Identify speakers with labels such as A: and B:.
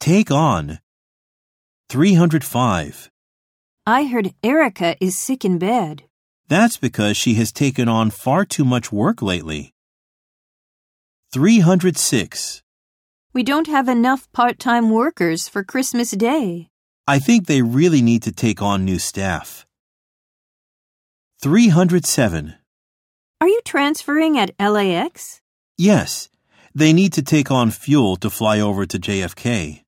A: Take on. 305.
B: I heard Erica is sick in bed.
A: That's because she has taken on far too much work lately. 306.
B: We don't have enough part time workers for Christmas Day.
A: I think they really need to take on new staff. 307.
B: Are you transferring at LAX?
A: Yes, they need to take on fuel to fly over to JFK.